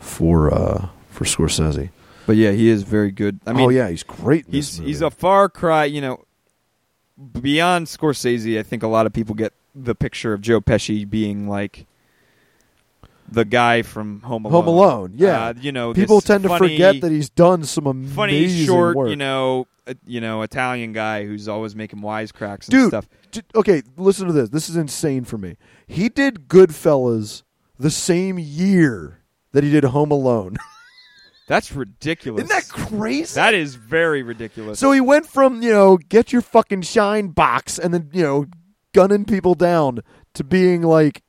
for uh, for Scorsese.
but yeah he is very good I mean
oh yeah, he's great. In this
he's
movie.
he's a far cry, you know, beyond Scorsese. I think a lot of people get the picture of Joe Pesci being like the guy from Home Alone.
Home Alone. Yeah,
Uh, you know,
people
this
tend to
funny-
forget that he's done some amazing
funny, short,
work.
you know, uh, you know, Italian guy who's always making wisecracks and
dude.
stuff.
d- okay, listen to this. This is insane for me. He did Goodfellas the same year that he did Home Alone.
That's ridiculous.
Isn't that crazy?
that is very ridiculous.
so he went from you know get your fucking shine box and then you know gunning people down to being like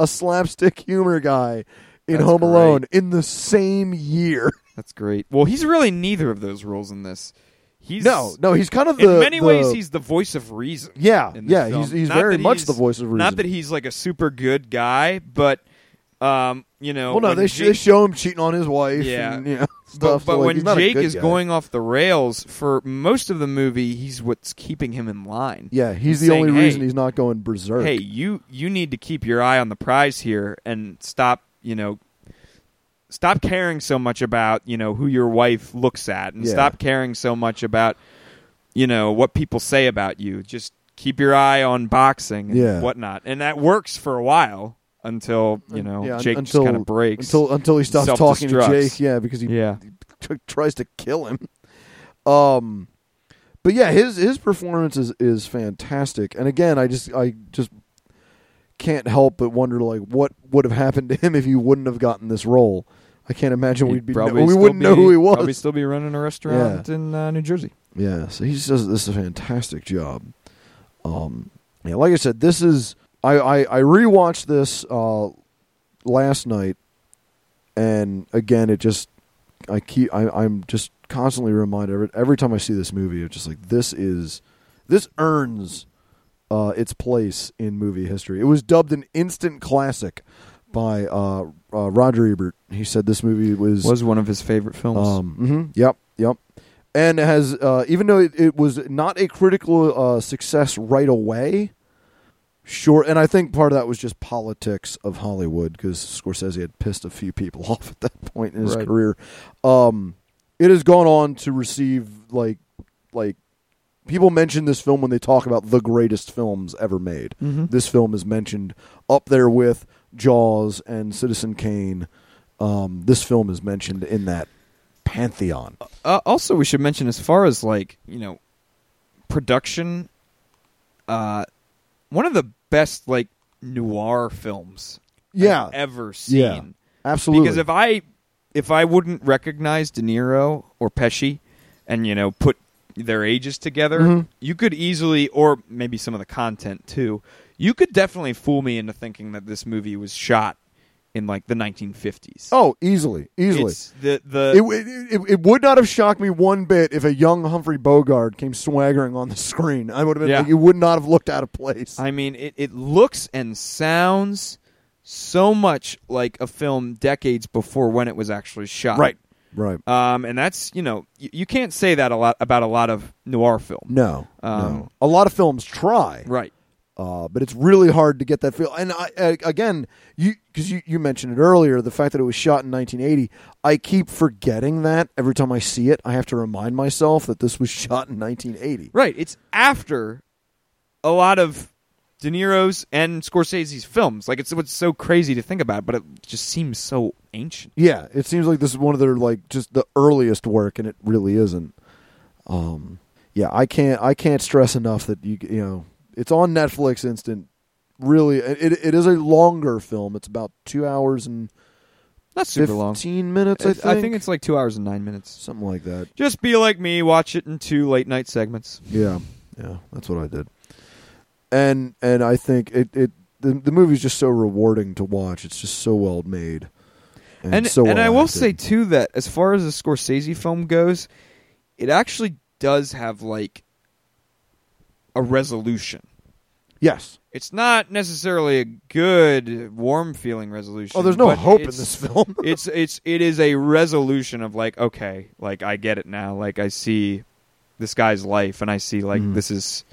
a slapstick humor guy in
That's
Home
great.
Alone in the same year.
That's great. Well, he's really neither of those roles in this. He's
no, no, he's kind of
in
the
many
the-
ways he's the voice of reason.
yeah
in this
yeah
film.
he's he's
Not
very
that
much
he's-
the voice of reason.
Not that he's like a super good guy, but um, you know,
well, no,
when
they, sh-
Jake-
they show him cheating on his wife.
Yeah.
and, you know,
but,
stuff.
but
so, like,
when
he's not a
Jake
good
is
guy.
going off the rails for most of the movie, he's what's keeping him in line.
yeah, he's the
saying,
only
"Hey,
reason he's not going berserk.
Hey, you you need to keep your eye on the prize here and stop, you know, stop caring so much about, you know, who your wife looks at and
Yeah.
stop caring so much about you know, what people say about you. Just keep your eye on boxing and
Yeah.
whatnot. And that works for a while. until you know
yeah, un-
Jake
until,
just kind of breaks.
until uh, until he stops talking to
self-destructs.
Jake. Yeah, because he
yeah,
t- tries to kill him. Um, but yeah, his his performance is is fantastic. And again, I just I just can't help but wonder like what would have happened to him if he wouldn't have gotten this role. I can't imagine
He'd
we'd be
probably
we
still
wouldn't
be-
know who he was.
Probably still be running a restaurant in uh, New Jersey.
Yeah, so he just does this is a fantastic job. Um, yeah, like I said, this is I I, I rewatched this uh, last night, and again, it just I keep I, I'm just constantly reminded every every time I see this movie, it's just like this is this earns uh, its place in movie history. It was dubbed an instant classic by uh, uh, Roger Ebert. He said this movie
Was one of his favorite films.
um, mhm, Yep, yep. And has uh, even though it, it was not a critical uh, success right away, sure. And I think part of that was just politics of Hollywood because Scorsese had pissed a few people off at that point in his
Right.
career. Um, it has gone on to receive like like people mention this film when they talk about the greatest films ever made. This film is mentioned up there with Jaws and Citizen Kane. Um, this film is mentioned in that pantheon.
uh, also we should mention as far as like you know production uh one of the best like noir films I've
Yeah.
ever seen
Uh, Yeah. Absolutely.
because if i if i wouldn't recognize de niro or pesci and you know put their ages together
Mm-hmm.
you could easily or maybe some of the content too you could definitely fool me into thinking that this movie was shot in like the 1950s
oh, easily, easily.
It's the the
It, it, it, it would not have shocked me one bit if a young Humphrey Bogart came swaggering on the screen. I would have been
Yeah.
like, you would not have looked out of place.
I mean, it, it looks and sounds so much like a film decades before when it was actually shot.
right, right.
Um, and that's, you know, you, you can't say that a lot about a lot of noir film.
no,
Um,
no. A lot of films try,
Right.
uh, but it's really hard to get that feel. And I, I, again, you because you, you mentioned it earlier, the fact that it was shot in 1980, I keep forgetting that every time I see it. I have to remind myself that this was shot in 1980.
Right. It's after a lot of De Niro's and Scorsese's films. Like, it's what's so crazy to think about, but it just seems so ancient.
Yeah, it seems like this is one of their like just the earliest work, and it really isn't. Um, yeah, I can't I can't stress enough that you you know it's on Netflix instant. Really, it it is a longer film. It's about two hours and
Not super long.
fifteen minutes. I
It-
think.
I think it's like two hours and nine minutes.
something like that.
Just be like me, watch it in two late night segments.
Yeah, yeah, that's what I did. And and I think it it the, the movie's just so rewarding to watch. It's just so well made. And,
and
so
and
well
I will
acted.
say too that as far as a Scorsese film goes, it actually does have like a resolution.
yes.
It's not necessarily a good warm feeling resolution.
Oh, there's no
but
hope in
it's-
this film.
it's it's it is a resolution of like okay, like I get it now. Like I see this guy's life, and I see like this is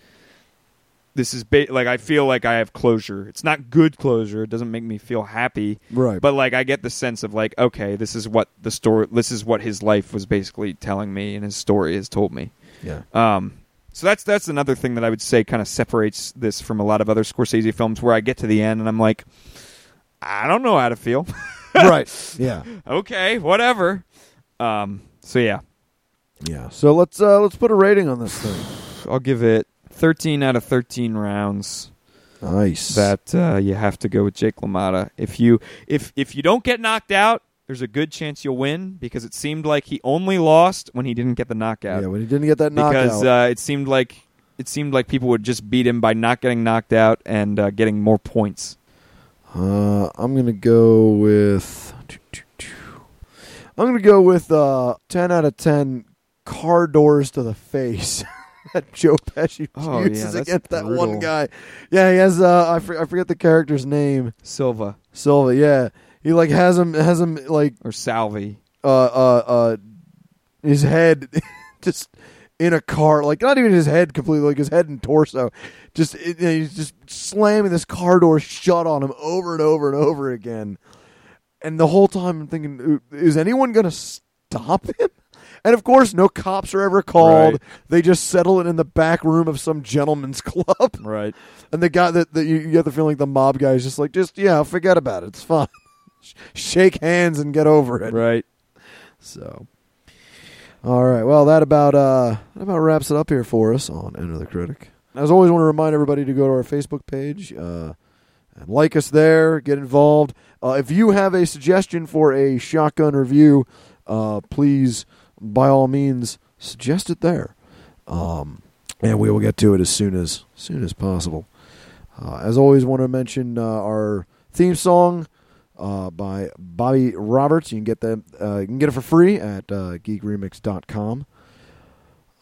this is ba- like I feel like I have closure. It's not good closure. It doesn't make me feel happy.
Right.
But like I get the sense of like okay, this is what the story. This is what his life was basically telling me, and his story has told me.
yeah.
Um, so that's that's another thing that I would say kind of separates this from a lot of other Scorsese films, where I get to the end and I'm like, I don't know how to feel.
right. Yeah.
okay, whatever. Um, so yeah,
Yeah. So let's uh let's put a rating on this thing.
I'll give it 13 out of 13 rounds
Nice.
that uh, you have to go with Jake LaMotta. If you if if you don't get knocked out, there's a good chance you'll win because it seemed like he only lost when he didn't get the knockout.
yeah, when he didn't get that
because
knockout.
uh, it seemed like it seemed like people would just beat him by not getting knocked out and uh, getting more points.
Uh, I'm going to go with I'm going to go with uh 10 out of 10 car doors to the face. that Joe Pesci
Oh, yeah,
uses
that's
against that one
brutal.
guy. Yeah, he has uh I, for, I forget the character's name.
Silva
Silva, yeah. He like has him has him like
or Salvi.
uh uh uh his head just in a car like not even his head completely like his head and torso just it, you know, he's just slamming this car door shut on him over and over and over again and the whole time i'm thinking is anyone gonna stop him And of course, no cops are ever called.
Right.
They just settle it in the back room of some gentleman's club.
Right.
And the guy that, that you, you have the feeling the mob guy is just like, just yeah, forget about it. It's fine. Sh- Shake hands and get over it.
Right.
So, all right. Well, that about uh, that about wraps it up here for us on Enter the Critic. As always, want to remind everybody to go to our Facebook page uh, and like us there. Get involved. Uh, if you have a suggestion for a shotgun review, uh, please, by all means, suggest it there, um, and we will get to it as soon as soon as possible. Uh, as always, want to mention uh, our theme song uh, by Bobby Roberts. You can get them. Uh, you can get it for free at uh, geekremix.com.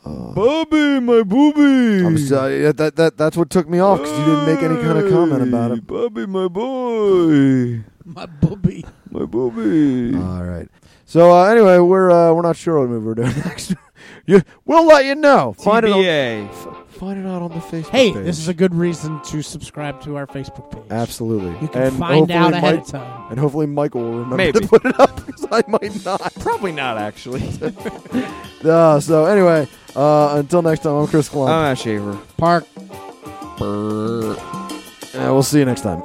Uh,
Bobby, my booby.
I'm sorry, yeah, that, that that's what took me off because uh, you didn't make any kind of comment about it.
Bobby, my boy.
My booby.
My booby.
All right. So uh, anyway, we're uh, we're not sure what movie we're doing next. you, we'll let you know. Find it. On,
TBA.
f- find it out on the Facebook.
Hey,
page.
this is a good reason to subscribe to our Facebook page.
absolutely.
You can
and
find
hopefully
out ahead
Mike,
of time.
And hopefully Michael will remember
Maybe.
to put it up because I might not.
Probably not, actually.
Uh, so anyway, uh, until next time, I'm Chris Klum.
I'm Ash Shaver.
Park
Uh, we'll see you next time.